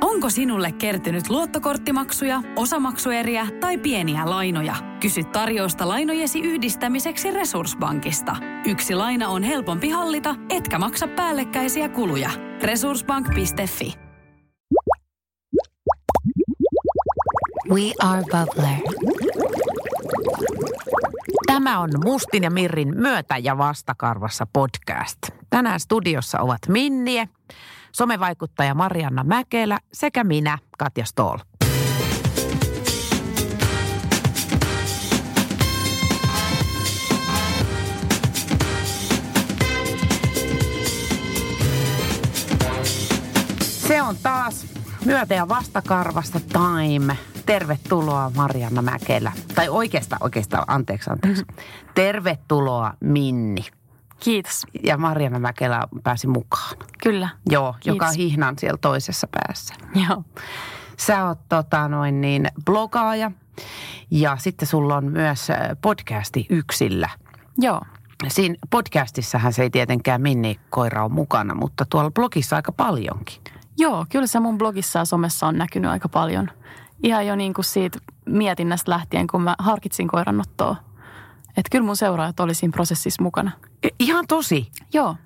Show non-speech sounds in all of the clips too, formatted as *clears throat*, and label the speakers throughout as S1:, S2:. S1: Onko sinulle kertynyt luottokorttimaksuja, osamaksueriä tai pieniä lainoja? Kysy tarjousta lainojesi yhdistämiseksi Resurssbankista. Yksi laina on helpompi hallita, etkä maksa päällekkäisiä kuluja. Resurssbank.fi
S2: We are bubbler.
S3: Tämä on Mustin ja Mirrin myötä- ja vastakarvassa podcast. Tänään studiossa ovat Minnie, somevaikuttaja Marianna Mäkelä sekä minä, Katja Stoll. Se on taas myötä- ja vastakarvassa time. Tervetuloa Marianna Mäkelä. Tai oikeastaan, oikeastaan, anteeksi, anteeksi. Tervetuloa Minni.
S2: Kiitos.
S3: Ja Marianna Mäkelä pääsi mukaan.
S2: Kyllä.
S3: Joo,
S2: Kiitos.
S3: joka on hihnan siellä toisessa päässä.
S2: *laughs* Joo.
S3: Sä oot tota, noin niin, blogaaja ja sitten sulla on myös äh, podcasti yksillä.
S2: Joo.
S3: Siinä podcastissahan se ei tietenkään Minni Koira on mukana, mutta tuolla blogissa aika paljonkin.
S2: Joo, kyllä se mun blogissa ja somessa on näkynyt aika paljon. Ihan jo niin kuin siitä mietinnästä lähtien, kun mä harkitsin koirannottoa. Että kyllä mun seuraajat oli siinä prosessissa mukana.
S3: I- ihan tosi.
S2: Joo.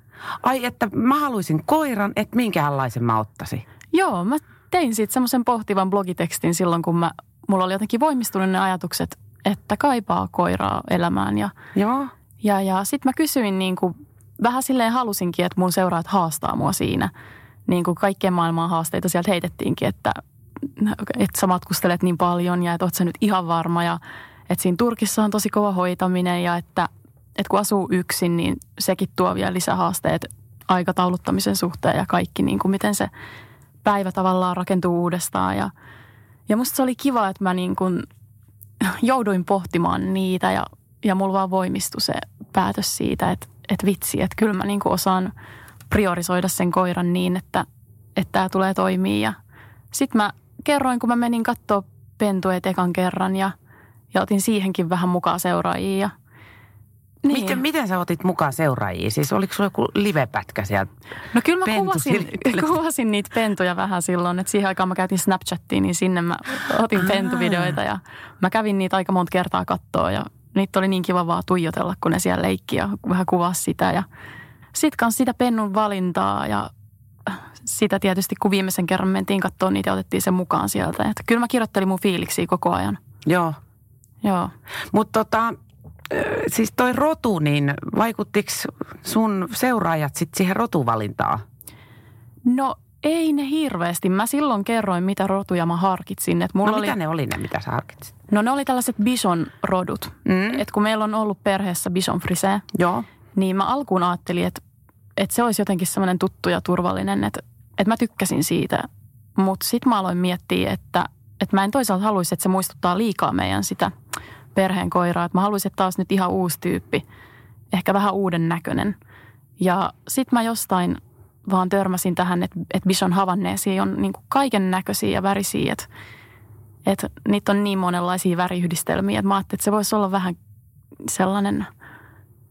S3: Ai että mä haluaisin koiran, että minkälaisen mä ottaisin.
S2: Joo, mä tein siitä semmoisen pohtivan blogitekstin silloin, kun mä, mulla oli jotenkin voimistunut ne ajatukset, että kaipaa koiraa elämään. Ja,
S3: Joo.
S2: ja, ja sitten mä kysyin niin kuin, vähän silleen halusinkin, että mun seuraat haastaa mua siinä. Niin kuin kaikkien maailman haasteita sieltä heitettiinkin, että, että sä matkustelet niin paljon ja että oot sä nyt ihan varma. Ja että siinä Turkissa on tosi kova hoitaminen ja että, että kun asuu yksin, niin sekin tuo vielä lisähaasteet aikatauluttamisen suhteen ja kaikki, niin kuin miten se päivä tavallaan rakentuu uudestaan. Ja, ja musta se oli kiva, että mä niin kuin *laughs* jouduin pohtimaan niitä ja, ja mulla vaan voimistui se päätös siitä, että, että vitsi, että kyllä mä niin kuin osaan priorisoida sen koiran niin, että, että tämä tulee toimii. Ja sitten mä kerroin, kun mä menin katsoa pentueet ekan kerran ja, ja otin siihenkin vähän mukaan seuraajia. Ja,
S3: Niin. Miten, miten sä otit mukaan seuraajia? Siis oliko sulla joku livepätkä siellä?
S2: No kyllä mä
S3: Pentu
S2: kuvasin,
S3: silittelet.
S2: kuvasin niitä pentuja vähän silloin, että siihen aikaan mä käytin Snapchattia, niin sinne mä otin
S3: Aa.
S2: pentuvideoita ja mä kävin niitä aika monta kertaa kattoa ja niitä oli niin kiva vaan tuijotella, kun ne siellä leikki ja vähän kuvasi sitä ja sit kans sitä pennun valintaa ja sitä tietysti, kun viimeisen kerran mentiin kattoon niitä ja otettiin sen mukaan sieltä. Että kyllä mä kirjoittelin mun fiiliksiä koko ajan.
S3: Joo.
S2: Joo.
S3: Mutta tota, ö, siis toi rotu, niin vaikuttiko sun seuraajat sitten siihen rotuvalintaan?
S2: No ei ne hirveästi. Mä silloin kerroin, mitä rotuja mä harkitsin. Että mulla
S3: no
S2: oli...
S3: mitä ne oli ne, mitä sä harkitsit?
S2: No ne oli tällaiset bison-rodut.
S3: Mm.
S2: Et kun meillä on ollut perheessä bison frisee,
S3: Joo.
S2: niin mä alkuun ajattelin, että, että se olisi jotenkin semmoinen tuttu ja turvallinen, että, että mä tykkäsin siitä. Mutta sitten mä aloin miettiä, että, että mä en toisaalta haluaisi, että se muistuttaa liikaa meidän sitä perheen koiraa. Että mä haluaisin, että taas nyt ihan uusi tyyppi, ehkä vähän uuden näköinen. Ja sitten mä jostain vaan törmäsin tähän, että, että bison havanneisiin on niin kaiken näköisiä ja värisiä. Että, että niitä on niin monenlaisia väriyhdistelmiä, että mä ajattelin, että se voisi olla vähän sellainen –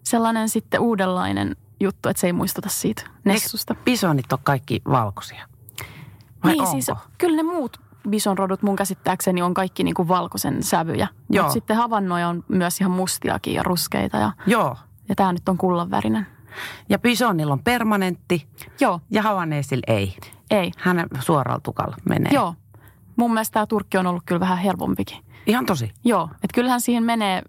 S2: sellainen sitten uudenlainen juttu, että se ei muistuta siitä nessusta.
S3: Bisonit on kaikki valkoisia. Vai
S2: niin
S3: onko?
S2: siis kyllä ne muut bisonrodut mun käsittääkseni on kaikki niinku valkoisen sävyjä.
S3: Joo.
S2: Mutta sitten havannoja on myös ihan mustiakin ja ruskeita ja,
S3: Joo.
S2: ja tämä nyt on kullanvärinen.
S3: Ja bisonilla on permanentti
S2: Joo,
S3: ja havaneesilla ei.
S2: ei.
S3: Hänen suoralla tukalla menee.
S2: Joo. Mun mielestä tämä turkki on ollut kyllä vähän helpompikin.
S3: Ihan tosi.
S2: Joo, että kyllähän siihen menee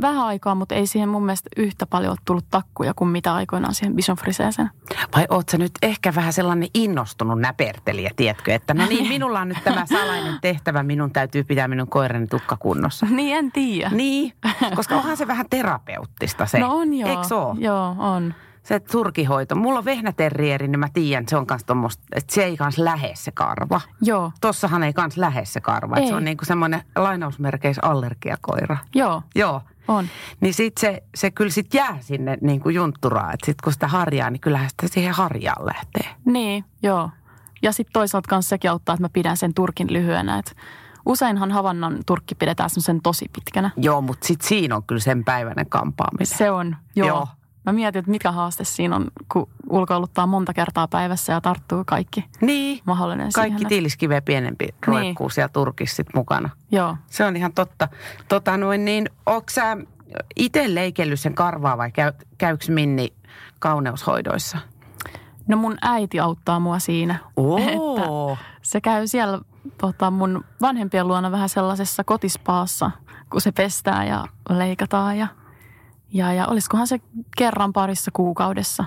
S2: vähän aikaa, mutta ei siihen mun mielestä yhtä paljon ole tullut takkuja kuin mitä aikoinaan siihen bisonfriseeseen.
S3: Vai oot sä nyt ehkä vähän sellainen innostunut näpertelijä, tiedätkö? Että no *laughs* niin, minulla on nyt tämä salainen tehtävä, minun täytyy pitää minun koirani tukka *laughs* kunnossa.
S2: *laughs* Niin, en tiedä.
S3: Niin, koska onhan se vähän terapeuttista se.
S2: No on joo.
S3: Eikö se oo?
S2: Joo, on.
S3: Se turkihoito. Mulla on vehnäterrieri, niin mä tiedän, se on kans tommoista, että se ei kans lähe se karva.
S2: Joo.
S3: Tossahan ei kans lähe se karva. Ei.
S2: Ei.
S3: Se on niinku semmoinen lainausmerkeissä allergiakoira.
S2: Joo,
S3: Joo.
S2: on.
S3: Niin sit se, se kyllä sit jää sinne niinku juntturaa. Et sit kun sitä harjaa, niin kyllähän sitä siihen harjaan lähtee.
S2: Niin, joo. Ja sitten toisaalta kanssa sekin auttaa, että mä pidän sen turkin lyhyenä. Et useinhan havannan turkki pidetään semmoisen tosi pitkänä.
S3: Joo, mutta sit siinä on kyllä sen päiväinen kampaaminen.
S2: Se on, joo.
S3: Joo.
S2: joo. Mä mietin, että mikä haaste siinä on, kun ulkoiluttaa monta kertaa päivässä ja tarttuu kaikki
S3: Niin.
S2: mahdollinen
S3: Kaikki
S2: siihen.
S3: tiiliskiveä pienempi
S2: Niin.
S3: roikkuu siellä Turkissa sit mukana.
S2: Joo.
S3: Se on ihan totta. Tota noin, niin onko sä itse leikellyt sen karvaa vai käy, käyks Minni kauneushoidoissa?
S2: No mun äiti auttaa mua siinä. *laughs*
S3: Oo.
S2: Se käy siellä tota, mun vanhempien luona vähän sellaisessa kotispaassa, kun se pestää ja leikataan. Ja, ja, ja olisikohan se kerran parissa kuukaudessa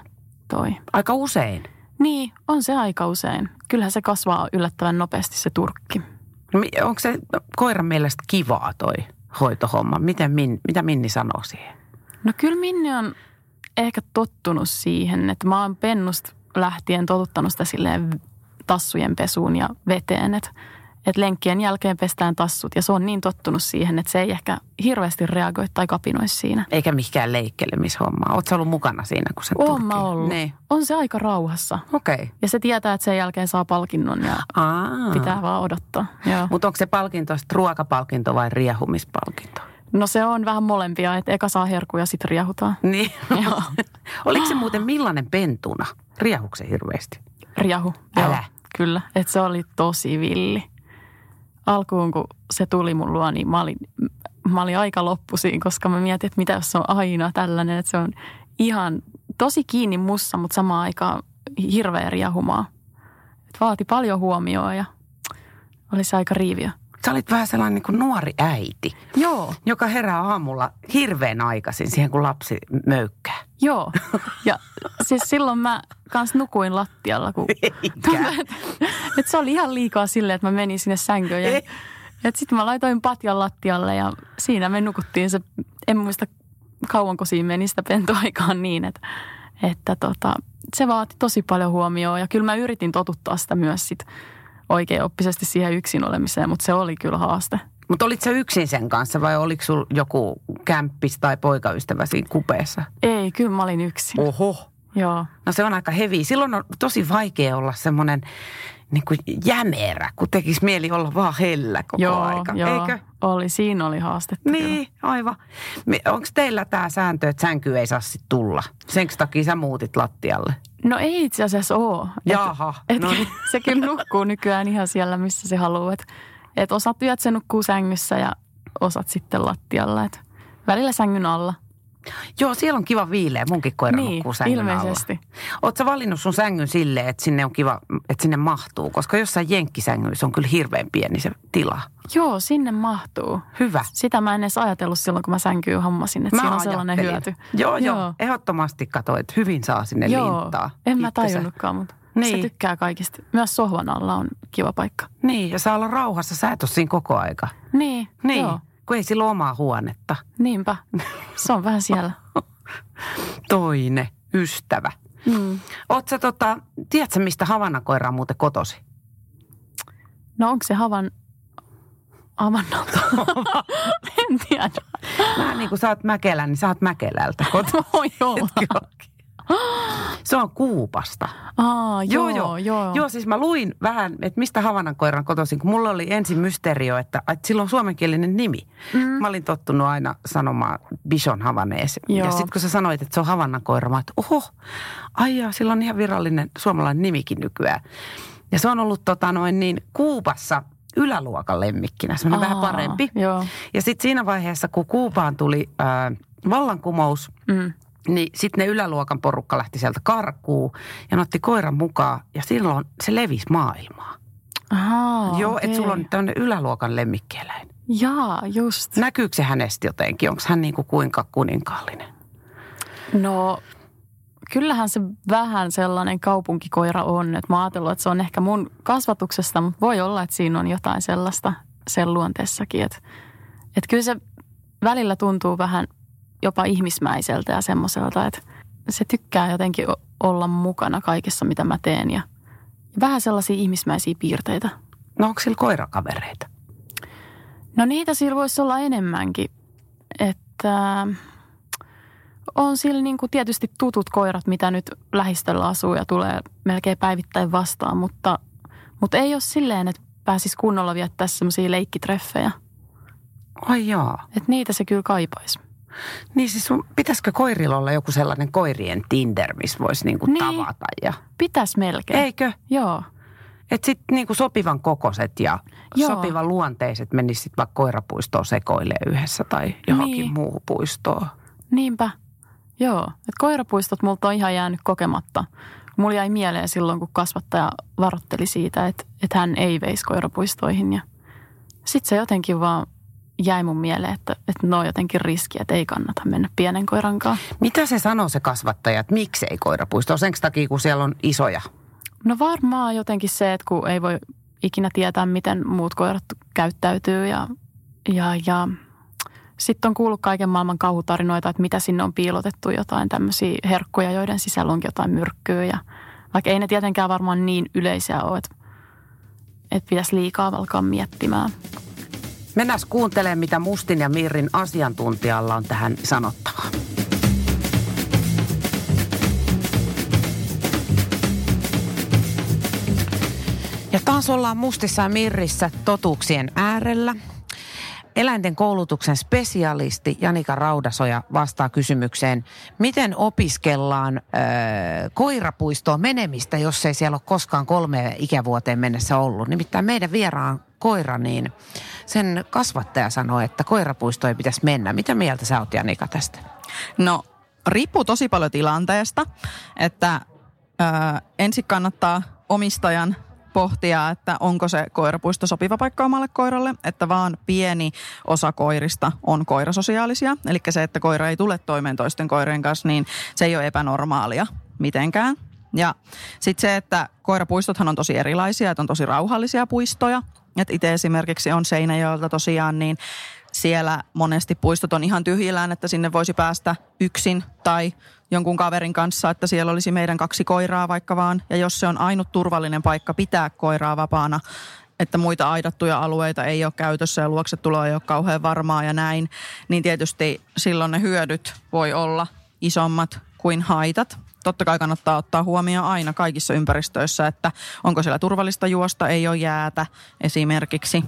S2: toi.
S3: Aika usein.
S2: Niin, on se aika usein. Kyllähän se kasvaa yllättävän nopeasti se turkki.
S3: Onko No se koiran mielestä kivaa toi hoitohomma? Miten Min, mitä Minni sanoo siihen?
S2: No kyllä Minni on ehkä tottunut siihen, että mä oon pennusta lähtien totuttanut sitä silleen tassujen pesuun ja veteen, että et lenkkien jälkeen pestään tassut ja se on niin tottunut siihen, että se ei ehkä hirveästi reagoi tai kapinoi siinä.
S3: Eikä mikään leikkelemishommaa. Oletko ollut mukana siinä, kun se
S2: Oon
S3: turkki?
S2: mä ollut.
S3: Niin.
S2: On se aika rauhassa
S3: Okei. Okay.
S2: ja se tietää, että sen jälkeen saa palkinnon ja
S3: Aa.
S2: pitää vaan odottaa. Joo.
S3: Mutta onko se palkinto sit ruokapalkinto vai riehumispalkinto?
S2: No se on vähän molempia, että eka saa herkkuja ja sitten riehutaan.
S3: Niin.
S2: Joo.
S3: *laughs* Oliko se muuten millainen pentuna? Riehuksen hirveästi.
S2: Riahu.
S3: Älä.
S2: Joo, kyllä. Et se oli tosi villi. Alkuun, kun se tuli mun luo, niin mä olin, mä olin aika loppusiin, koska mä mietin, että mitä jos se on aina tällainen. Että se on ihan tosi kiinni mussa, mutta samaan aikaan hirveä riahumaa. Et vaati paljon huomioon ja oli se aika riiviö.
S3: Sä olit vähän sellainen niin kuin nuori äiti,
S2: Joo.
S3: joka herää aamulla hirveän aikaisin siihen, kun lapsi möykkää.
S2: Joo. Ja siis silloin mä kans nukuin lattialla, kun
S3: Eikä.
S2: Et se oli ihan liikaa silleen, että mä menin sinne sänkyyn. Ja,
S3: Ei.
S2: et sitten mä laitoin patjan lattialle ja siinä me nukuttiin se, en muista kauanko siinä meni sitä pentoaikaan niin, että, että tota, se vaati tosi paljon huomioon. Ja kyllä mä yritin totuttaa sitä myös sit oikein oppisesti siihen yksin olemiseen, mutta se oli kyllä haaste.
S3: Mutta olit sä yksin sen kanssa vai oliko sul joku kämppis tai poikaystävä siinä kupeessa?
S2: Ei, kyllä mä olin yksin.
S3: Oho.
S2: Joo.
S3: No se on aika hevi. Silloin on tosi vaikea olla semmoinen niin kuin jämerä, kun tekisi mieli olla vaan hellä koko
S2: joo,
S3: aika.
S2: joo.
S3: Eikö?
S2: Oli, siinä oli haastetta. kyllä.
S3: Niin, aivan. Onko teillä tämä sääntö, että sänky ei saa sit tulla? Sen takia sä muutit lattialle.
S2: No ei itse asiassa ole.
S3: Jaha,
S2: Et,
S3: no niin.
S2: *laughs* se kyllä nukkuu nykyään ihan siellä, missä se haluaa. Et, et osat yöt se nukkuu sängyssä ja osat sitten lattialla. Et välillä sängyn alla.
S3: Joo, siellä on kiva viileä. Munkin koira
S2: niin,
S3: nukkuu sängyn
S2: ilmeisesti.
S3: alla. Oletko valinnut sun sängyn silleen, että sinne on kiva, että sinne mahtuu? Koska jossain jenkkisängyissä on kyllä hirveän pieni se tila.
S2: Joo, sinne mahtuu.
S3: Hyvä.
S2: Sitä mä en edes ajatellut silloin, kun mä sänkyyn hommasin, että
S3: Mä
S2: siinä on sellainen hyöty.
S3: ajattelin. Joo, joo, joo. Ehdottomasti katsoit. Hyvin saa sinne
S2: joo.
S3: lintaa.
S2: en mä
S3: itsensä.
S2: tajunnutkaan, mutta
S3: Niin.
S2: se tykkää kaikista. Myös sohvan alla on kiva paikka.
S3: Niin, ja saa olla rauhassa. Sä et ole siinä koko aika.
S2: Niin,
S3: Niin,
S2: joo,
S3: kun ei sillä ole omaa huonetta.
S2: niinpä. Se on vähän
S3: *laughs*
S2: siellä.
S3: Toinen ystävä.
S2: Mm.
S3: Oot sä tota, tiedätkö mistä havanakoira on muuten kotosi?
S2: No onko se havan...
S3: *laughs*
S2: Avannolta? *laughs* en tiedä.
S3: Mä niin kuin sä oot Mäkelä, niin sä oot Mäkelältä *laughs* kotosi.
S2: Voi olla. *laughs*
S3: Se on Kuupasta.
S2: Aa,
S3: Joo,
S2: joo, joo, joo.
S3: Joo, siis mä luin vähän, että mistä Havanankoiran kotoisin, kun mulla oli ensin mysteerio, että, että sillä on suomenkielinen nimi. Mm. Mä olin tottunut aina sanomaan Bishon Havanees. Ja
S2: Joo.
S3: sitten kun sä sanoit, että se on Havanankoira, mä oon, että oho, ai jaa, sillä on ihan virallinen suomalainen nimikin nykyään. Ja se on ollut tota noin niin Kuubassa yläluokan lemmikkinä, semmoinen vähän
S2: Aa,
S3: parempi.
S2: Joo.
S3: Ja sitten siinä vaiheessa, kun Kuubaan tuli ää, vallankumous,
S2: Mm.
S3: niin sitten ne yläluokan porukka lähti sieltä karkuun ja ne otti koiran mukaan ja silloin se levisi maailmaa.
S2: Ahaa,
S3: Oh, Joo, okay.
S2: okei.
S3: että sulla on tämmöinen yläluokan lemmikkieläin.
S2: Jaa, just.
S3: Näkyykö se hänestä jotenkin? Onko hän niinku kuinka kuninkaallinen?
S2: No, kyllähän se vähän sellainen kaupunkikoira on. Että mä oon ajatellut, että se on ehkä mun kasvatuksesta, mutta voi olla, että siinä on jotain sellaista sen luonteessakin. Että et kyllä se välillä tuntuu vähän jopa ihmismäiseltä ja semmoiselta, että se tykkää jotenkin o- olla mukana kaikessa, mitä mä teen. Ja vähän sellaisia ihmismäisiä piirteitä.
S3: No onko sillä koirakavereita?
S2: No niitä sillä voisi olla enemmänkin. Että äh, on sillä niin kuin tietysti tutut koirat, mitä nyt lähistöllä asuu ja tulee melkein päivittäin vastaan, mutta, mutta ei ole silleen, että pääsis kunnolla viettää semmoisia leikkitreffejä.
S3: Ai joo.
S2: Että niitä se kyllä kaipaisi.
S3: Niin siis sun, pitäisikö koirilla olla joku sellainen koirien Tinder, missä voisi niinku
S2: Niin.
S3: tavata ja...
S2: Pitäis melkein.
S3: Eikö?
S2: Joo.
S3: Että sitten niinku sopivan kokoiset ja
S2: Joo.
S3: Joo. sopivan luonteiset menisivät sitten vaikka koirapuistoon sekoille yhdessä tai johonkin
S2: Niin.
S3: niin. muuhun puistoon.
S2: Niinpä. Joo. Et koirapuistot multa on ihan jäänyt kokematta. Mulla jäi mieleen silloin, kun kasvattaja varoitteli siitä, että, että hän ei veisi koirapuistoihin. Ja sitten se jotenkin vaan jäi mun mieleen, että, että no on jotenkin riski, että ei kannata mennä pienen koirankaan.
S3: Mitä se sanoo se kasvattaja, että miksei koirapuistoon? Senkä takia, kun siellä on isoja.
S2: No varmaan jotenkin se, että kun ei voi ikinä tietää, miten muut koirat käyttäytyy ja, ja, ja sitten on kuullut kaiken maailman kauhutarinoita, että mitä sinne on piilotettu jotain tämmöisiä herkkuja, joiden sisällä onkin jotain myrkkyä ja vaikka ei ne tietenkään varmaan niin yleisiä ole, että, että pitäisi liikaa alkaa miettimään.
S3: Mennään kuuntelemaan, mitä Mustin ja Mirrin asiantuntijalla on tähän sanottavaa. Ja taas ollaan Mustissa ja Mirrissä totuuksien äärellä. Eläinten koulutuksen spesialisti Janika Raudasoja vastaa kysymykseen, miten opiskellaan öö, koirapuistoon menemistä, jos ei siellä ole koskaan kolme ikävuoteen mennessä ollut. Nimittäin meidän vieraan koira, niin sen kasvattaja sanoi, että koirapuistoon ei pitäisi mennä. Mitä mieltä sä oot Janika tästä?
S4: No, riippuu tosi paljon tilanteesta, että ö, ensin kannattaa omistajan pohtia, että onko se koirapuisto sopiva paikka omalle koiralle, että vaan pieni osa koirista on koirasosiaalisia. Eli se, että koira ei tule toimeen toisten koirien kanssa, niin se ei ole epänormaalia mitenkään. Ja sitten se, että koirapuistothan on tosi erilaisia, että on tosi rauhallisia puistoja. Että itse esimerkiksi on Seinäjoelta tosiaan, niin siellä monesti puistot on ihan tyhjillään, että sinne voisi päästä yksin tai jonkun kaverin kanssa, että siellä olisi meidän kaksi koiraa vaikka vaan. Ja jos se on ainut turvallinen paikka pitää koiraa vapaana, että muita aidattuja alueita ei ole käytössä ja luoksetulo ei ole kauhean varmaa ja näin, niin tietysti silloin ne hyödyt voi olla isommat kuin haitat. Totta kai kannattaa ottaa huomioon aina kaikissa ympäristöissä, että onko siellä turvallista juosta, ei ole jäätä esimerkiksi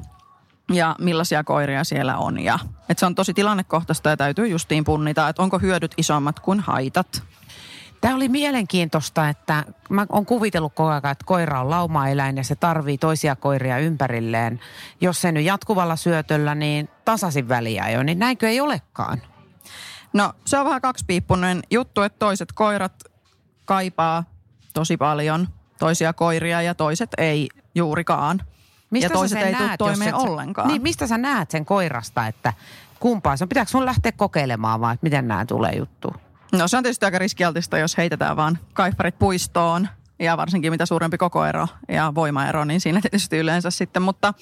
S4: ja millaisia koiria siellä on. Ja, et se on tosi tilannekohtaista ja täytyy justiin punnita, että onko hyödyt isommat kuin haitat.
S3: Tämä oli mielenkiintoista, että mä oon kuvitellut koko ajan, että koira on laumaeläin ja se tarvii toisia koiria ympärilleen. Jos se nyt jatkuvalla syötöllä, niin tasaisin väliä jo, niin näinkö ei olekaan?
S4: No se on vähän kaksipiippunen juttu, että toiset koirat kaipaa tosi paljon toisia koiria ja toiset ei juurikaan. ja
S3: sä
S4: toiset
S3: sen
S4: ei tule
S3: näet, jos
S4: toimeen
S3: et sä-
S4: ollenkaan.
S3: Niin, mistä sä näet sen koirasta, että kumpaa se on? Pitääkö sun lähteä kokeilemaan vai että miten nämä tulee juttu?
S4: No se on tietysti aika riskialtista, jos heitetään vaan kaipparit puistoon ja varsinkin mitä suurempi kokoero ja voimaero, niin siinä tietysti yleensä sitten, mutta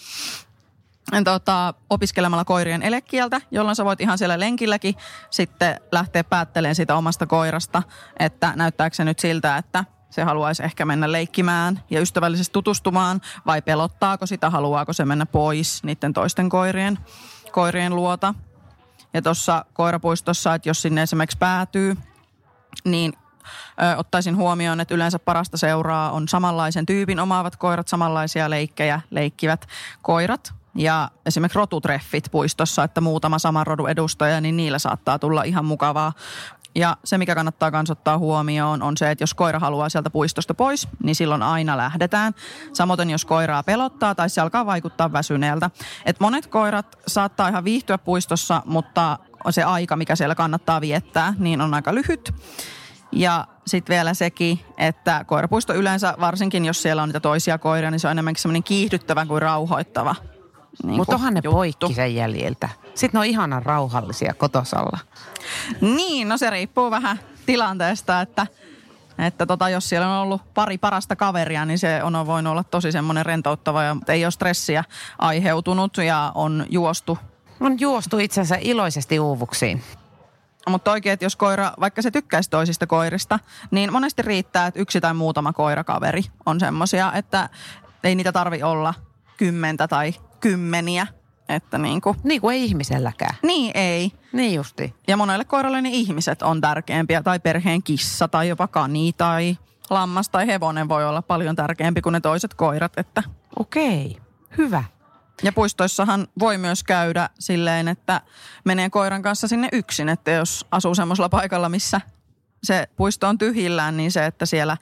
S4: tota, opiskelemalla koirien elekieltä, jolloin sä voit ihan siellä lenkilläkin sitten lähteä päättelemään siitä omasta koirasta, että näyttääkö se nyt siltä, että se haluaisi ehkä mennä leikkimään ja ystävällisesti tutustumaan vai pelottaako sitä, haluaako se mennä pois niiden toisten koirien, koirien luota. Ja tuossa koirapuistossa, että jos sinne esimerkiksi päätyy, niin ö, ottaisin huomioon, että yleensä parasta seuraa on samanlaisen tyypin omaavat koirat, samanlaisia leikkejä leikkivät koirat. Ja esimerkiksi rotutreffit puistossa, että muutama saman rodun edustaja, niin niillä saattaa tulla ihan mukavaa. Ja se, mikä kannattaa myös ottaa huomioon, on se, että jos koira haluaa sieltä puistosta pois, niin silloin aina lähdetään. Samoin jos koiraa pelottaa tai se alkaa vaikuttaa väsyneeltä. Et monet koirat saattaa ihan viihtyä puistossa, mutta se aika, mikä siellä kannattaa viettää, niin on aika lyhyt. Ja sitten vielä sekin, että koirapuisto yleensä, varsinkin jos siellä on niitä toisia koiria, niin se on enemmänkin semmoinen kiihdyttävä kuin rauhoittava. Niin
S3: Mutta onhan ne poikki sen jäljiltä. Sitten ne on ihanan rauhallisia kotosalla.
S4: Niin, no se riippuu vähän tilanteesta, että, että tota, jos siellä on ollut pari parasta kaveria, niin se on voinut olla tosi semmoinen rentouttava ja ei ole stressiä aiheutunut ja on juostu
S3: On juostu itsensä iloisesti uuvuksiin.
S4: Mutta oikein, että jos koira, vaikka se tykkäisi toisista koirista, niin monesti riittää, että yksi tai muutama koirakaveri on semmoisia, että ei niitä tarvi olla kymmentä tai kymmeniä. Että niin kuin,
S3: Niin kuin ei ihmiselläkään.
S4: niin ei.
S3: Niin justi.
S4: Ja monelle koiralle niin ihmiset on tärkeämpiä, tai perheen kissa, tai jopa kani, tai lammas tai hevonen voi olla paljon tärkeämpi kuin ne toiset koirat. Että
S3: Okei, hyvä.
S4: Ja puistoissahan voi myös käydä silleen, että menee koiran kanssa sinne yksin, että jos asuu semmoisella paikalla, missä se puisto on tyhjillään, niin se, että siellä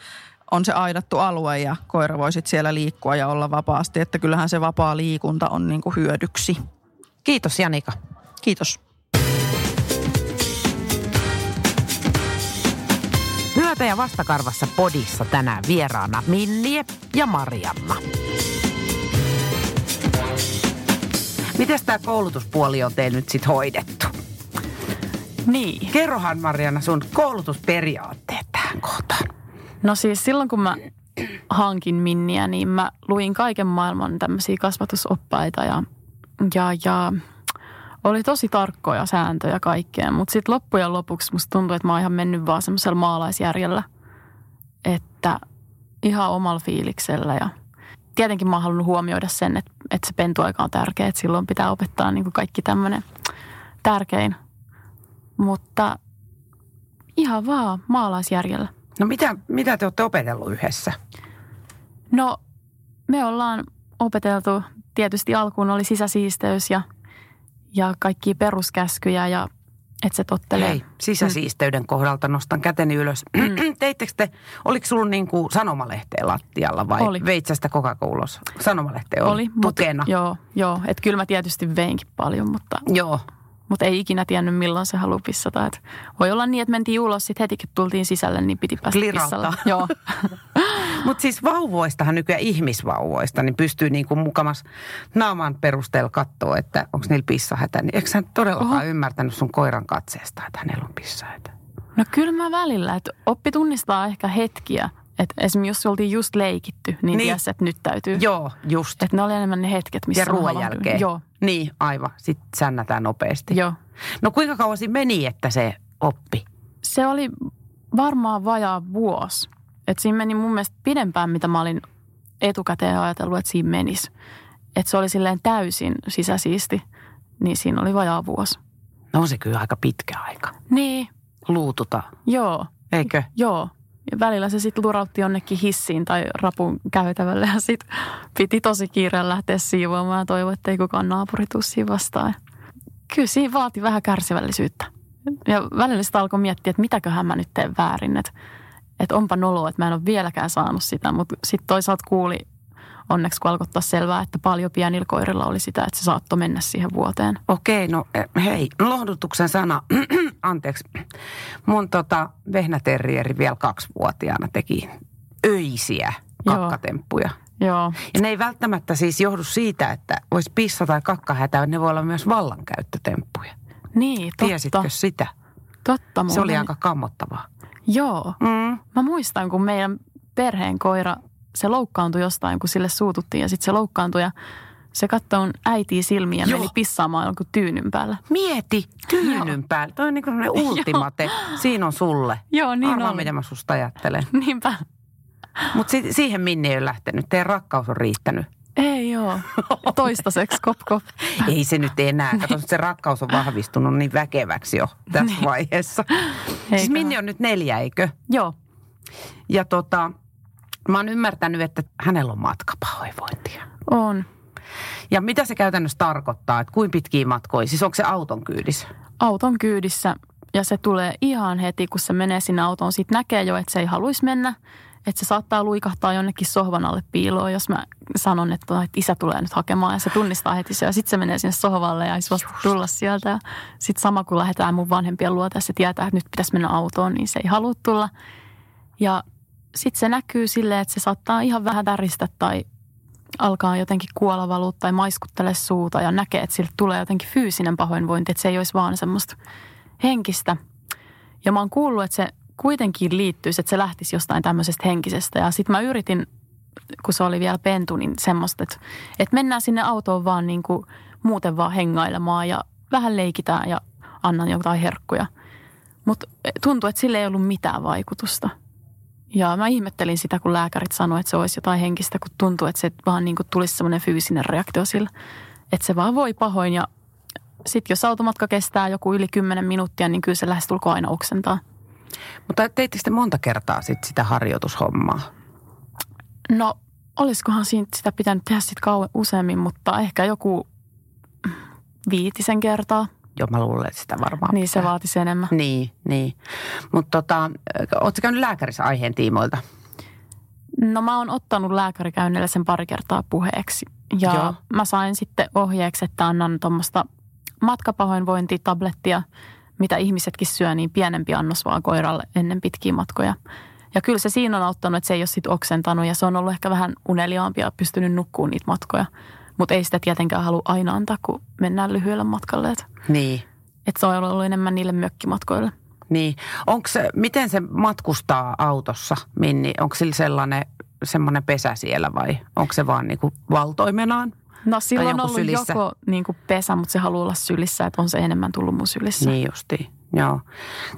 S4: on se aidattu alue ja koira voi sitten siellä liikkua ja olla vapaasti. Että kyllähän se vapaa liikunta on niinku hyödyksi.
S3: Kiitos Janika.
S4: Kiitos.
S3: Myötä ja vastakarvassa podissa tänään vieraana Millie ja Marianna. Miten tämä koulutuspuoli on teillä nyt sitten hoidettu?
S2: Niin.
S3: Kerrohan Mariana sun koulutusperiaatteet tähän kohtaan.
S2: No siis silloin, kun mä hankin Minniä, niin mä luin kaiken maailman tämmöisiä kasvatusoppaita ja, ja, ja oli tosi tarkkoja sääntöjä kaikkeen. Mutta sitten loppujen lopuksi musta tuntuu, että mä oon ihan mennyt vaan semmoisella maalaisjärjellä, että ihan omalla fiiliksellä ja tietenkin mä oon halunnut huomioida sen, että, että se pentuaika on tärkeä, että silloin pitää opettaa niin kuin kaikki tämmöinen tärkein. Mutta ihan vaan maalaisjärjellä.
S3: No mitä, mitä te olette opetellut yhdessä?
S2: No me ollaan opeteltu, tietysti alkuun oli sisäsiisteys ja, ja kaikki peruskäskyjä ja että se tottelee.
S3: Hei, sisäsiisteyden mm. kohdalta nostan käteni ylös. Mm. *clears throat* Teittekö te, oliko sulla niin kuin sanomalehteen lattialla vai
S2: Oli.
S3: veitsästä kokakoulos? Sanomalehteen oli,
S2: oli
S3: tukena.
S2: Mutta, joo, joo. että kyllä mä tietysti veinkin paljon, mutta,
S3: joo.
S2: mutta ei ikinä tiennyt milloin se haluaa pissata. Et voi olla niin, että mentiin ulos, sitten heti kun tultiin sisälle, niin piti päästä
S3: Klirauttaa.
S2: pissalle. Joo,
S3: Mutta siis vauvoistahan nykyään ihmisvauvoista, niin pystyy niin kuin mukamas naaman perusteella katsoa, että onko niillä pissahätä. Niin eikö sä todellakaan Oho. ymmärtänyt sun koiran katseesta, että hänellä on pissahätä?
S2: no kyllä mä välillä, että oppi tunnistaa ehkä hetkiä. Että esimerkiksi jos oltiin just leikitty, niin,
S3: Niin.
S2: niin. tiesi, että nyt täytyy.
S3: Joo, just.
S2: Että ne oli enemmän ne hetket, missä
S3: ja
S2: mä
S3: ruoan
S2: havahduin.
S3: jälkeen.
S2: Joo,
S3: Niin, aivan. Sitten sännätään nopeasti.
S2: joo.
S3: No kuinka kauan siinä meni, että se oppi?
S2: Se oli varmaan vajaa vuosi. Et siinä meni mun mielestä pidempään, mitä mä olin etukäteen ajatellut, että siinä menisi. Että se oli silleen täysin sisäsiisti, niin siinä oli vajaa vuosi.
S3: No on se kyllä aika pitkä aika.
S2: Niin,
S3: Luututa,
S2: joo,
S3: eikö?
S2: joo. Ja välillä se sitten lurautti jonnekin hissiin tai rapun käytävälle ja sitten piti tosi kiireen lähteä siivoamaan ja toivoa, että ei kukaan naapuri tuu siinä vastaan. Kyllä siinä vaati vähän kärsivällisyyttä. Ja välillä sitä alkoi miettiä, että mitäköhän mä nyt teen väärin. Että et onpa noloa, että mä en ole vieläkään saanut sitä. Mutta sitten toisaalta kuuli onneksi, kun alkoi ottaa selvää, että paljon pienillä koirilla oli sitä, että se saattoi mennä siihen vuoteen.
S3: Okei, no eh, hei, lohdutuksen sana, *clears throat* anteeksi. Mun tota, vehnäterrieri vielä kaksivuotiaana teki öisiä
S2: Joo.
S3: kakkatemppuja.
S2: Joo,
S3: Ja ne ei välttämättä siis johdu siitä, että olisi pissa tai kakkahätä, vaan ne voi olla myös vallankäyttötemppuja.
S2: niin, totta.
S3: Tiesitkö sitä?
S2: Totta, mulla
S3: Se oli
S2: meni-
S3: aika kammottavaa.
S2: Joo.
S3: Mm.
S2: Mä muistan, kun meidän perheen koira, se loukkaantui jostain, kun sille suututtiin ja sitten se loukkaantui ja se katsoi mun äitiä silmiin ja
S3: Joo.
S2: meni pissaamaan jonkun tyynyn päällä.
S3: Mieti tyynyn päälle. Toi on niin kuin ultimate. Siinä on sulle.
S2: Joo, niin
S3: Arvaa,
S2: oli.
S3: mitä mä susta ajattelen.
S2: Niinpä.
S3: Mutta si- siihen Minni ei ole lähtenyt. Teidän rakkaus on riittänyt.
S2: Ei joo. Toistaiseksi kop kop.
S3: Ei se nyt enää. Kato, se rakkaus on vahvistunut niin väkeväksi jo tässä vaiheessa. Siis
S2: Niin. Eiköhän.
S3: Minni on nyt neljä, eikö?
S2: Joo.
S3: Ja tota, mä oon ymmärtänyt, että hänellä on matkapahoinvointia.
S2: On.
S3: Ja mitä se käytännössä tarkoittaa, että kuin pitkiä matkoja? Siis onko se auton kyydissä?
S2: Auton kyydissä ja se tulee ihan heti, kun se menee sinne autoon. Siitä näkee jo, että se ei haluaisi mennä. Että se saattaa luikahtaa jonnekin sohvan alle piiloon, jos mä sanon, että, no, että isä tulee nyt hakemaan ja se tunnistaa heti se. Ja sitten se menee sinne sohvalle ja ei suostu tulla sieltä. Ja sitten sama, kun lähdetään mun vanhempien luota ja se tietää, että nyt pitäisi mennä autoon, niin se ei halua tulla. Ja sitten se näkyy silleen, että se saattaa ihan vähän täristä tai alkaa jotenkin kuolavaluutta tai maiskuttelee suuta ja näkee, että sille tulee jotenkin fyysinen pahoinvointi, että se ei olisi vaan semmoista henkistä. Ja mä oon kuullut, että se kuitenkin liittyisi, että se lähtisi jostain tämmöisestä henkisestä. Ja sitten mä yritin, kun se oli vielä pentu, niin semmoista, että, että mennään sinne autoon vaan niin kuin muuten vaan hengailemaan ja vähän leikitään ja annan jotain herkkuja. Mutta tuntuu, että sille ei ollut mitään vaikutusta. Ja mä ihmettelin sitä, kun lääkärit sanoivat, että se olisi jotain henkistä, kun tuntuu, että se vaan niin kuin tulisi semmoinen fyysinen reaktio sillä. Että se vaan voi pahoin ja sitten jos automatka kestää joku yli 10 minuuttia, niin kyllä se lähestulkoon aina oksentaa.
S3: Mutta teittekö te monta kertaa sit sitä harjoitushommaa?
S2: No olisikohan siitä sitä pitänyt tehdä sitten kauan useammin, mutta ehkä joku viitisen kertaa.
S3: Joo, mä luulen, että sitä varmaan
S2: Niin se
S3: pitää.
S2: vaatisi enemmän.
S3: Niin, niin. Mutta tota, ootko käynyt lääkärissä aiheen tiimoilta?
S2: No mä oon ottanut lääkärikäynnillä sen pari kertaa puheeksi. Ja
S3: Joo.
S2: Joo. mä sain sitten ohjeeksi, että annan tuommoista matkapahoinvointitablettia, mitä ihmisetkin syö, niin pienempi annos vaan koiralle ennen pitkiä matkoja. Ja kyllä se siinä on auttanut, että se ei ole sit oksentanut ja se on ollut ehkä vähän uneliaampi ja pystynyt nukkuun niitä matkoja. Mutta ei sitä tietenkään halua aina antaa, kun mennään lyhyelle matkalle. Että
S3: Niin.
S2: et se on ollut enemmän niille mökkimatkoille.
S3: Niin. Onks, miten se matkustaa autossa, Minni? Onko sillä sellainen, semmoinen pesä siellä vai onko se vaan niinku valtoimenaan?
S2: No silloin on
S3: jonkun
S2: ollut
S3: sylissä.
S2: sylissä. joko niin kuin pesä, mutta se haluaa olla sylissä, että on se enemmän tullut mun sylissä.
S3: Niin justiin, joo.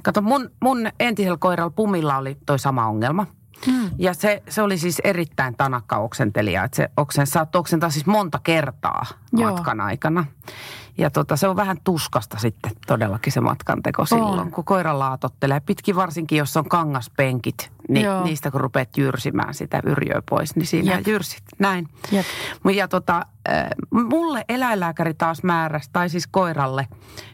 S3: Kato, mun, mun entisellä koiralla Pumilla oli toi sama ongelma. Hmm. Ja se, se oli siis erittäin tanakka oksentelija, että se oksen, saattoi oksentaa siis monta kertaa
S2: Joo.
S3: matkan aikana. Ja tota, se on vähän tuskasta sitten todellakin se matkanteko silloin, kun koira laatottelee. Pitkin varsinkin, jos on kangaspenkit, niin
S2: Joo.
S3: niistä kun rupeat jyrsimään sitä yrjöä pois, niin siinä
S2: Jep.
S3: jyrsit. Näin.
S2: Jep.
S3: Mu- Ja tota, äh, mulle eläinlääkäri taas määräsi, tai siis koiralle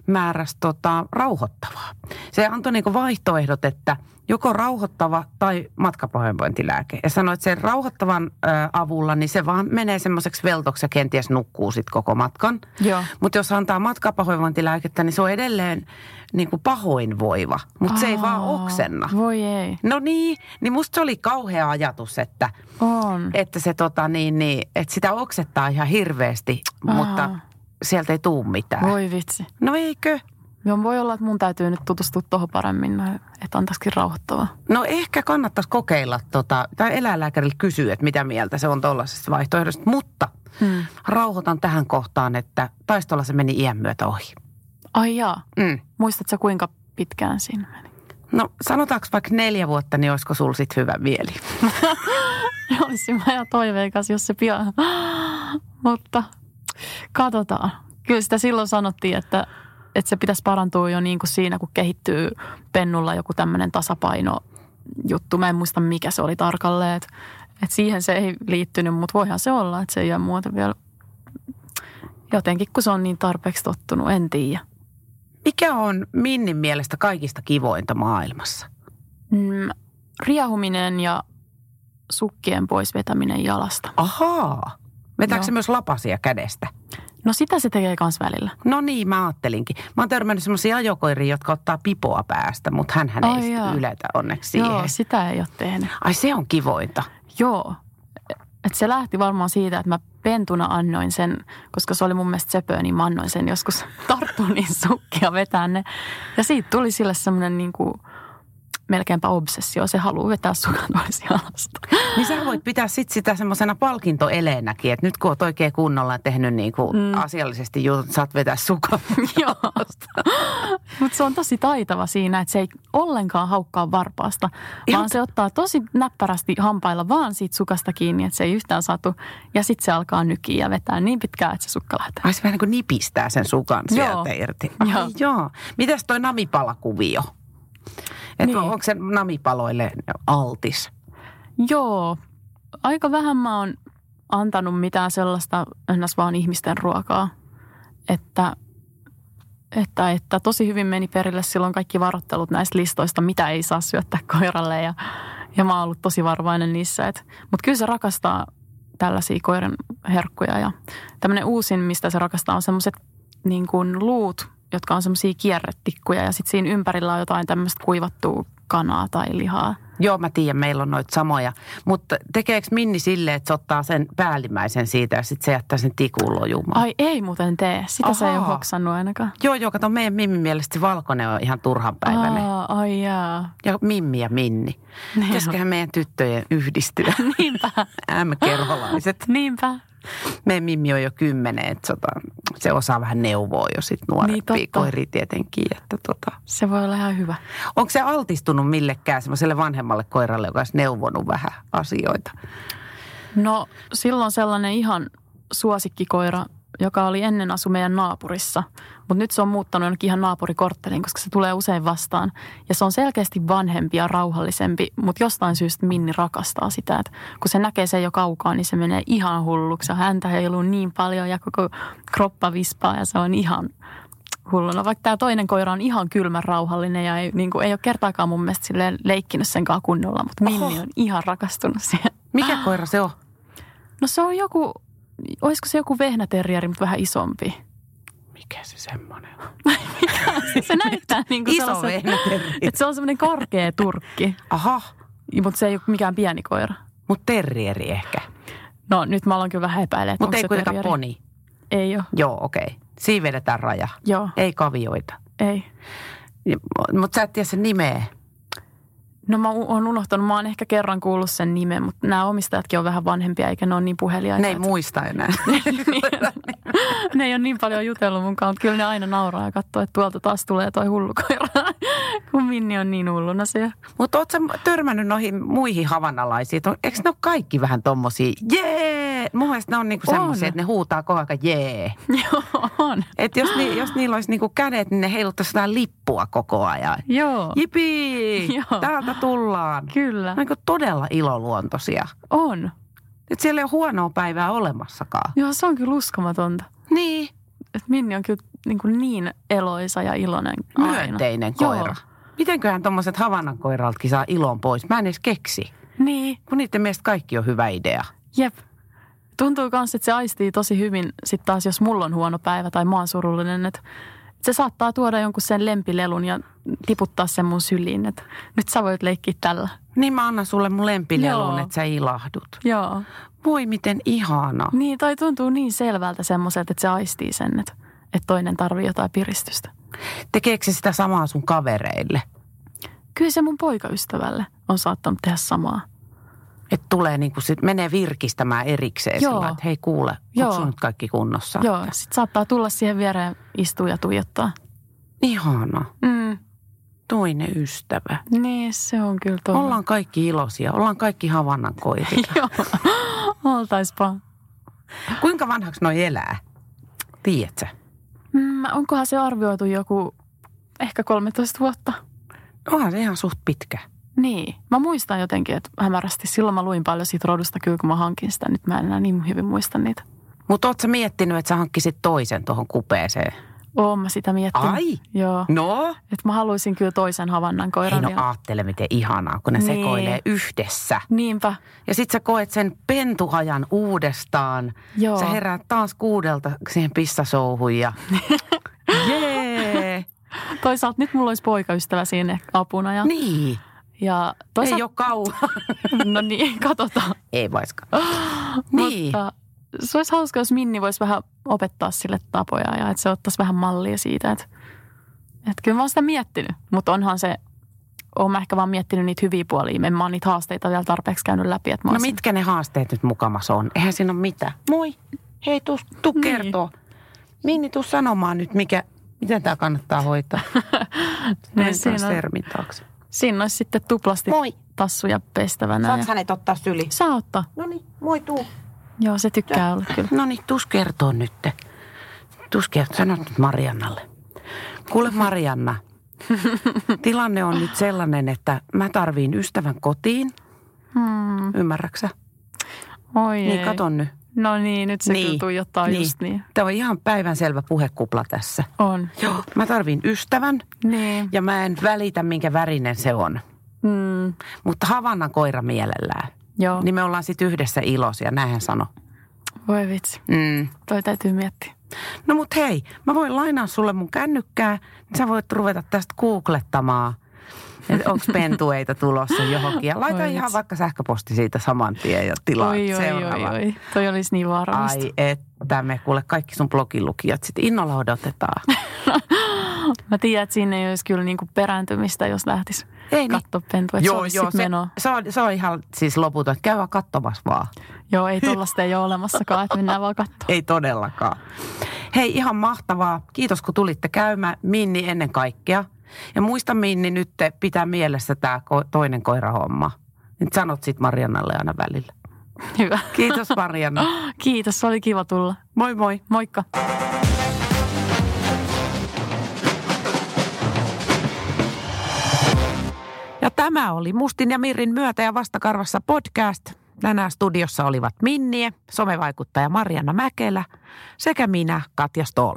S3: määräsi tota, rauhoittavaa. Se antoi niinku vaihtoehdot, että joko rauhoittava tai matkapahoinvointilääke. Ja sanoi, että sen rauhoittavan ö, avulla, niin se vaan menee semmoiseksi veltoksi ja kenties nukkuu sitten koko matkan.
S2: Joo.
S3: Mutta jos antaa matkapahoinvointilääkettä, niin se on edelleen niinku pahoinvoiva, mutta se ei vaan
S2: Aa,
S3: oksenna.
S2: Voi ei,
S3: No niin, niin musta se oli kauhea ajatus, että
S2: on.
S3: että se tota niin, niin että sitä oksettaa ihan hirveästi, Aha.
S2: Aha.
S3: mutta sieltä ei tuu mitään.
S2: Voi vitsi.
S3: No eikö?
S2: Joo, voi olla, että mun täytyy nyt tutustua tuohon paremmin, no, että antaisikin rauhoittavaa.
S3: No ehkä kannattaisi kokeilla tota, tai eläinlääkärille kysyä, että mitä mieltä se on tuollaisesta vaihtoehdosta, mutta
S2: Hmm.
S3: rauhoitan tähän kohtaan, että taistolla se meni iän myötä ohi.
S2: Ai jaa,
S3: Mm.
S2: muistatko kuinka pitkään siinä meni?
S3: No sanotaanko vaikka neljä vuotta, niin olisiko sul sit hyvä mieli?
S2: *laughs* Olisin mä ihan toiveikas, jos se pian. *gasps* Mutta katsotaan. Kyllä sitä silloin sanottiin, että, että se pitäisi parantua jo niin kuin siinä, kun kehittyy pennulla joku tämmöinen tasapaino juttu. Mä en muista, mikä se oli tarkalleen. Että, että siihen se ei liittynyt, mutta voihan se olla, että se ei ole muuten vielä jotenkin, kun se on niin tarpeeksi tottunut. En tiedä.
S3: Mikä on Minnin mielestä kaikista kivointa maailmassa?
S2: Mm, riehuminen ja sukkien pois vetäminen jalasta.
S3: Ahaa. Vetääkö
S2: Joo.
S3: se myös lapasia kädestä?
S2: No sitä se tekee kans välillä.
S3: No niin, mä ajattelinkin. Mä oon törmännyt semmoisia ajokoiria, jotka ottaa pipoa päästä, mutta hän
S2: Ai
S3: ei
S2: jaa.
S3: oh, yletä onneksi siihen.
S2: Joo, sitä ei ole tehnyt.
S3: Ai se on kivointa.
S2: Joo. Et se lähti varmaan siitä, että mä pentuna annoin sen, koska se oli mun mielestä sepö, niin mä annoin sen joskus *laughs* tarttunin sukkia vetää ne. Ja siitä tuli sille semmoinen niinku, melkeinpä obsessio. Se haluaa vetää sukat pois jalasta.
S3: Niin sä voit pitää sit sitä semmoisena palkintoeleenäkin, että nyt kun oot oikein kunnolla tehnyt niin kuin mm. asiallisesti, jutut, saat vetää sukan.
S2: Joo. Mutta se on tosi taitava siinä, että se ei ollenkaan haukkaa varpaasta,
S3: Ihan-
S2: vaan se ottaa tosi näppärästi hampailla vaan siitä sukasta kiinni, että se ei yhtään saatu. Ja sitten se alkaa nykiä ja vetää niin pitkään, että se sukka lähtee.
S3: Ai se vähän niin kuin nipistää sen sukan
S2: Joo.
S3: sieltä irti. Ai, joo.
S2: Joo.
S3: joo. Mitäs toi namipalakuvio? Et niin.
S2: Niin.
S3: Onko se namipaloille altis?
S2: Joo, aika vähän mä oon antanut mitään sellaista ns. vaan ihmisten ruokaa, että, että, että tosi hyvin meni perille silloin kaikki varoittelut näistä listoista, mitä ei saa syöttää koiralle ja, ja mä oon ollut tosi varvainen niissä. Mutta kyllä se rakastaa tällaisia koiran herkkuja ja tämmöinen uusin, mistä se rakastaa, on semmoiset niin kuin luut, jotka on semmoisia kierretikkuja ja sitten siinä ympärillä on jotain tämmöistä kuivattua kanaa tai lihaa.
S3: Joo, mä tiedän, meillä on noita samoja. Mutta tekeekö Minni silleen, että se ottaa sen päällimmäisen siitä ja sitten se jättää sen tikun lojumaan?
S2: Ai ei muuten tee. Sitä Ahaa. se ei ole
S3: Ahaa.
S2: hoksannut ainakaan.
S3: Joo, joo, kato, meidän Mimmin mielestä se valkoinen on ihan turhanpäiväinen.
S2: Aa, ai jaa.
S3: Ja Mimmi ja Minni. Pitäisiköhän meidän tyttöjen yhdistyä?
S2: *laughs* Niinpä,
S3: *laughs* M-kerholaiset.
S2: niinpä.
S3: Meidän Mimmi on jo kymmenen, että sota, se osaa vähän neuvoa jo sit nuorempia niin,
S2: totta.
S3: koiria tietenkin. Että tota.
S2: Se voi olla ihan hyvä.
S3: Onko se altistunut millekään semmoiselle vanhemmalle koiralle, joka olisi neuvonut vähän asioita?
S2: No silloin sellainen ihan suosikkikoira joka oli ennen asu meidän naapurissa. Mutta nyt se on muuttanut jonnekin ihan naapurikortteliin, koska se tulee usein vastaan. Ja se on selkeästi vanhempi ja rauhallisempi, mutta jostain syystä Minni rakastaa sitä. Että kun se näkee sen jo kaukaa, niin se menee ihan hulluksi. Ja häntä heiluu niin paljon ja koko kroppa vispaa ja se on ihan hulluna. Vaikka tämä toinen koira on ihan kylmän rauhallinen ja ei, niin kuin, ei ole kertaakaan mun mielestä silleen leikkinyt senkaan kunnolla, mutta
S3: Oho.
S2: Minni on ihan rakastunut siihen.
S3: Mikä koira se on?
S2: No se on joku, olisiko se joku vehnäterrieri, mutta vähän isompi.
S3: Mikä se semmoinen on?
S2: Se
S3: *laughs*
S2: näyttää niin kuin
S3: Iso
S2: *laughs*
S3: vehnäterrieri.
S2: että se on semmoinen karkea turkki,
S3: Aha,
S2: mutta se ei ole mikään pieni koira.
S3: mutta terrieri ehkä.
S2: No nyt mä aloin kyllä vähän epäilemään, että
S3: Mutta ei
S2: onko se
S3: kuitenkaan
S2: terrieri.
S3: poni.
S2: Ei ole,
S3: Joo, okei. Okay. Siinä vedetään raja.
S2: joo,
S3: Ei kavioita.
S2: ei.
S3: Mutta sä et tiedä sen nimeä.
S2: No mä u- oon unohtanut, mä oon ehkä kerran kuullut sen nimen, mutta nämä omistajatkin on vähän vanhempia eikä ne ole niin puheliaita.
S3: Ne ei
S2: että-
S3: muista enää.
S2: *laughs*
S3: *laughs*
S2: Niin. ne ei ole niin paljon jutellut munkaan, mutta kyllä ne aina nauraa ja katsoo, että tuolta taas tulee toi hullukoira, *laughs* kun Minni on niin hulluna siellä.
S3: Mutta oot sä törmännyt noihin muihin havanalaisiin? Et on- Eikö ne ole kaikki vähän tommosia? Jee! Mun mielestä ne on niinku
S2: On.
S3: semmoisia, että ne huutaa koko ajan jee.
S2: *laughs* Joo, on.
S3: Et jos, ni, jos niillä olisi niinku kädet, niin ne heiluttaisi jotain lippua koko ajan.
S2: Joo,
S3: Jipi!
S2: *laughs* Joo.
S3: Täältä tullaan.
S2: kyllä,
S3: Ne on niinku todella iloluontoisia.
S2: on.
S3: Et siellä ei ole huonoa päivää olemassakaan.
S2: Joo, se on kyllä uskomatonta.
S3: Niin.
S2: Et Minni on kyllä niin, kuin niin eloisa ja iloinen aina.
S3: Myönteinen
S2: Joo.
S3: koira. Mitenköhän tuommoiset havanan koiraltakin saa ilon pois? Mä en edes keksi.
S2: Niin,
S3: Kun niiden mielestä kaikki on hyvä idea.
S2: jep. Tuntuu myös, että se aistii tosi hyvin sitten taas, jos mulla on huono päivä tai mä oon surullinen, että se saattaa tuoda jonkun sen lempilelun ja tiputtaa sen mun syliin, että nyt sä voit leikkiä tällä.
S3: Niin mä annan sulle mun lempilelun,
S2: Joo.
S3: että sä ilahdut.
S2: Joo.
S3: Voi miten ihana.
S2: Niin, tai tuntuu niin selvältä semmoiselta, että se aistii sen, että, että toinen tarvii jotain piristystä.
S3: Tekeekö se sitä samaa sun kavereille?
S2: Kyllä se mun poikaystävälle on saattanut tehdä samaa.
S3: Että tulee niin kuin sit, menee virkistämään erikseen
S2: Joo.
S3: sillä, että hei kuule,
S2: Joo.
S3: onko nyt kaikki kunnossa?
S2: Joo, sit saattaa tulla siihen viereen istua ja tuijottaa.
S3: Ihana.
S2: Mm,
S3: Toinen ystävä.
S2: niin, se on kyllä tuolla.
S3: Ollaan kaikki iloisia, ollaan kaikki havannan koiria.
S2: *laughs* Joo, oltaispa.
S3: Kuinka vanhaksi noi elää? Tiedätkö?
S2: Mm, onkohan se arvioitu joku ehkä 13 vuotta?
S3: Onhan se ihan suht pitkä.
S2: Niin. Mä muistan jotenkin, että hämärästi. Silloin mä luin paljon siitä rodusta kyllä, kun mä hankin sitä. Nyt mä en enää niin hyvin muista niitä.
S3: Mutta oot sä miettinyt, että sä hankkisit toisen tuohon kupeeseen?
S2: Oon mä sitä miettinyt.
S3: Ai?
S2: Joo.
S3: No?
S2: Että mä haluaisin kyllä toisen havannan
S3: Ei
S2: koiran.
S3: no
S2: vielä.
S3: aattele, miten ihanaa, kun ne
S2: Niin.
S3: sekoilee yhdessä.
S2: Niinpä,
S3: Ja sit sä koet sen pentuajan uudestaan.
S2: joo.
S3: Sä heräät taas kuudelta siihen pissasouhun
S2: *laughs*
S3: ja jee.
S2: Toisaalta nyt mulla olisi poikaystävä siinä ehkä apuna.
S3: *laughs*
S2: Ja,
S3: Niin,
S2: ja
S3: ei
S2: toisaalta,
S3: ole
S2: *laughs*
S3: kauan.
S2: no niin, katsotaan.
S3: ei vaiska. Niin,
S2: *gasps* Mutta se olisi hauska, jos Minni voisi vähän opettaa sille tapoja ja että se ottaisi vähän mallia siitä. Että, että kyllä mä oon sitä miettinyt, mutta onhan se, oon mä ehkä vaan miettinyt niitä hyviä puolia. En mä oon niitä haasteita vielä tarpeeksi käynyt läpi. Että mä
S3: no
S2: olisin-
S3: mitkä ne haasteet nyt mukamas on? Eihän siinä ole mitään. Moi, hei tuu, tuu
S2: Niin.
S3: kertoo. Minni, tuu sanomaan nyt, mikä, miten tämä kannattaa
S2: *laughs*
S3: hoitaa. Menen
S2: Niin, siinä
S3: taas
S2: on.
S3: termin taakse.
S2: Siinä olisi sitten tuplasti
S3: Moi,
S2: tassuja pestävänä.
S3: saat
S2: Ja...
S3: hänet ottaa syli?
S2: Saa ottaa.
S3: No niin, moi tuu.
S2: Joo, se tykkää olla kyllä.
S3: No niin, tus kertoo nyt. Tus kertoo, sanot nyt Mariannalle. Kuule Marianna, tilanne on nyt sellainen, että mä tarviin ystävän kotiin.
S2: Hmm.
S3: Ymmärräksä?
S2: Oi
S3: Niin
S2: ei.
S3: katon nyt.
S2: No niin, nyt se
S3: Niin,
S2: niin. kyllä tuijottaa
S3: niin.
S2: niin. just niin.
S3: Tämä on ihan päivänselvä puhekupla tässä.
S2: On.
S3: Joo. Mä tarviin ystävän
S2: Niin.
S3: ja mä en välitä, minkä värinen se on.
S2: Mm,
S3: Mutta Havannan koira mielellään.
S2: joo, niin.
S3: Niin me ollaan sitten yhdessä iloisia, näinhän sano.
S2: voi vitsi.
S3: Mm.
S2: Toi täytyy miettiä.
S3: No mut hei, mä voin lainaa sulle mun kännykkää, niin sä voit ruveta tästä googlettamaan, että onko pentueita tulossa johonkin. Ja laita
S2: Oi
S3: ihan
S2: vitsi.
S3: vaikka sähköposti siitä saman tien ja tilaa
S2: oi, oi, oi,
S3: seuraavan.
S2: oi. Toi olisi niin vaarallista.
S3: Ai että me kuule kaikki sun blogin lukijat sit innolla odotetaan.
S2: Mä tiedän, että siinä ei olisi kyllä niinku perääntymistä, jos lähtis
S3: Ei niin.
S2: katsoa pentua. Joo, se olisi joo, sit
S3: se,
S2: menoa.
S3: se, on, se on ihan siis loputon. Käy vaan katsomassa vaan.
S2: Joo, ei tollasta ei ole olemassakaan, että mennään vaan katsoa.
S3: Ei todellakaan. Hei, ihan mahtavaa. Kiitos kun tulitte käymään. Minni ennen kaikkea. Ja muista Minni nyt pitää mielessä tämä ko- toinen koirahomma. Nyt sanot sit Mariannalle aina välillä.
S2: Hyvä.
S3: Kiitos Marianna.
S2: Kiitos, oli kiva tulla.
S3: Moi moi.
S2: Moikka.
S3: Ja tämä oli Mustin ja Mirrin myötä ja vastakarvassa podcast. Tänään studiossa olivat Minnie, somevaikuttaja Marianna Mäkelä sekä minä Katja Stoll.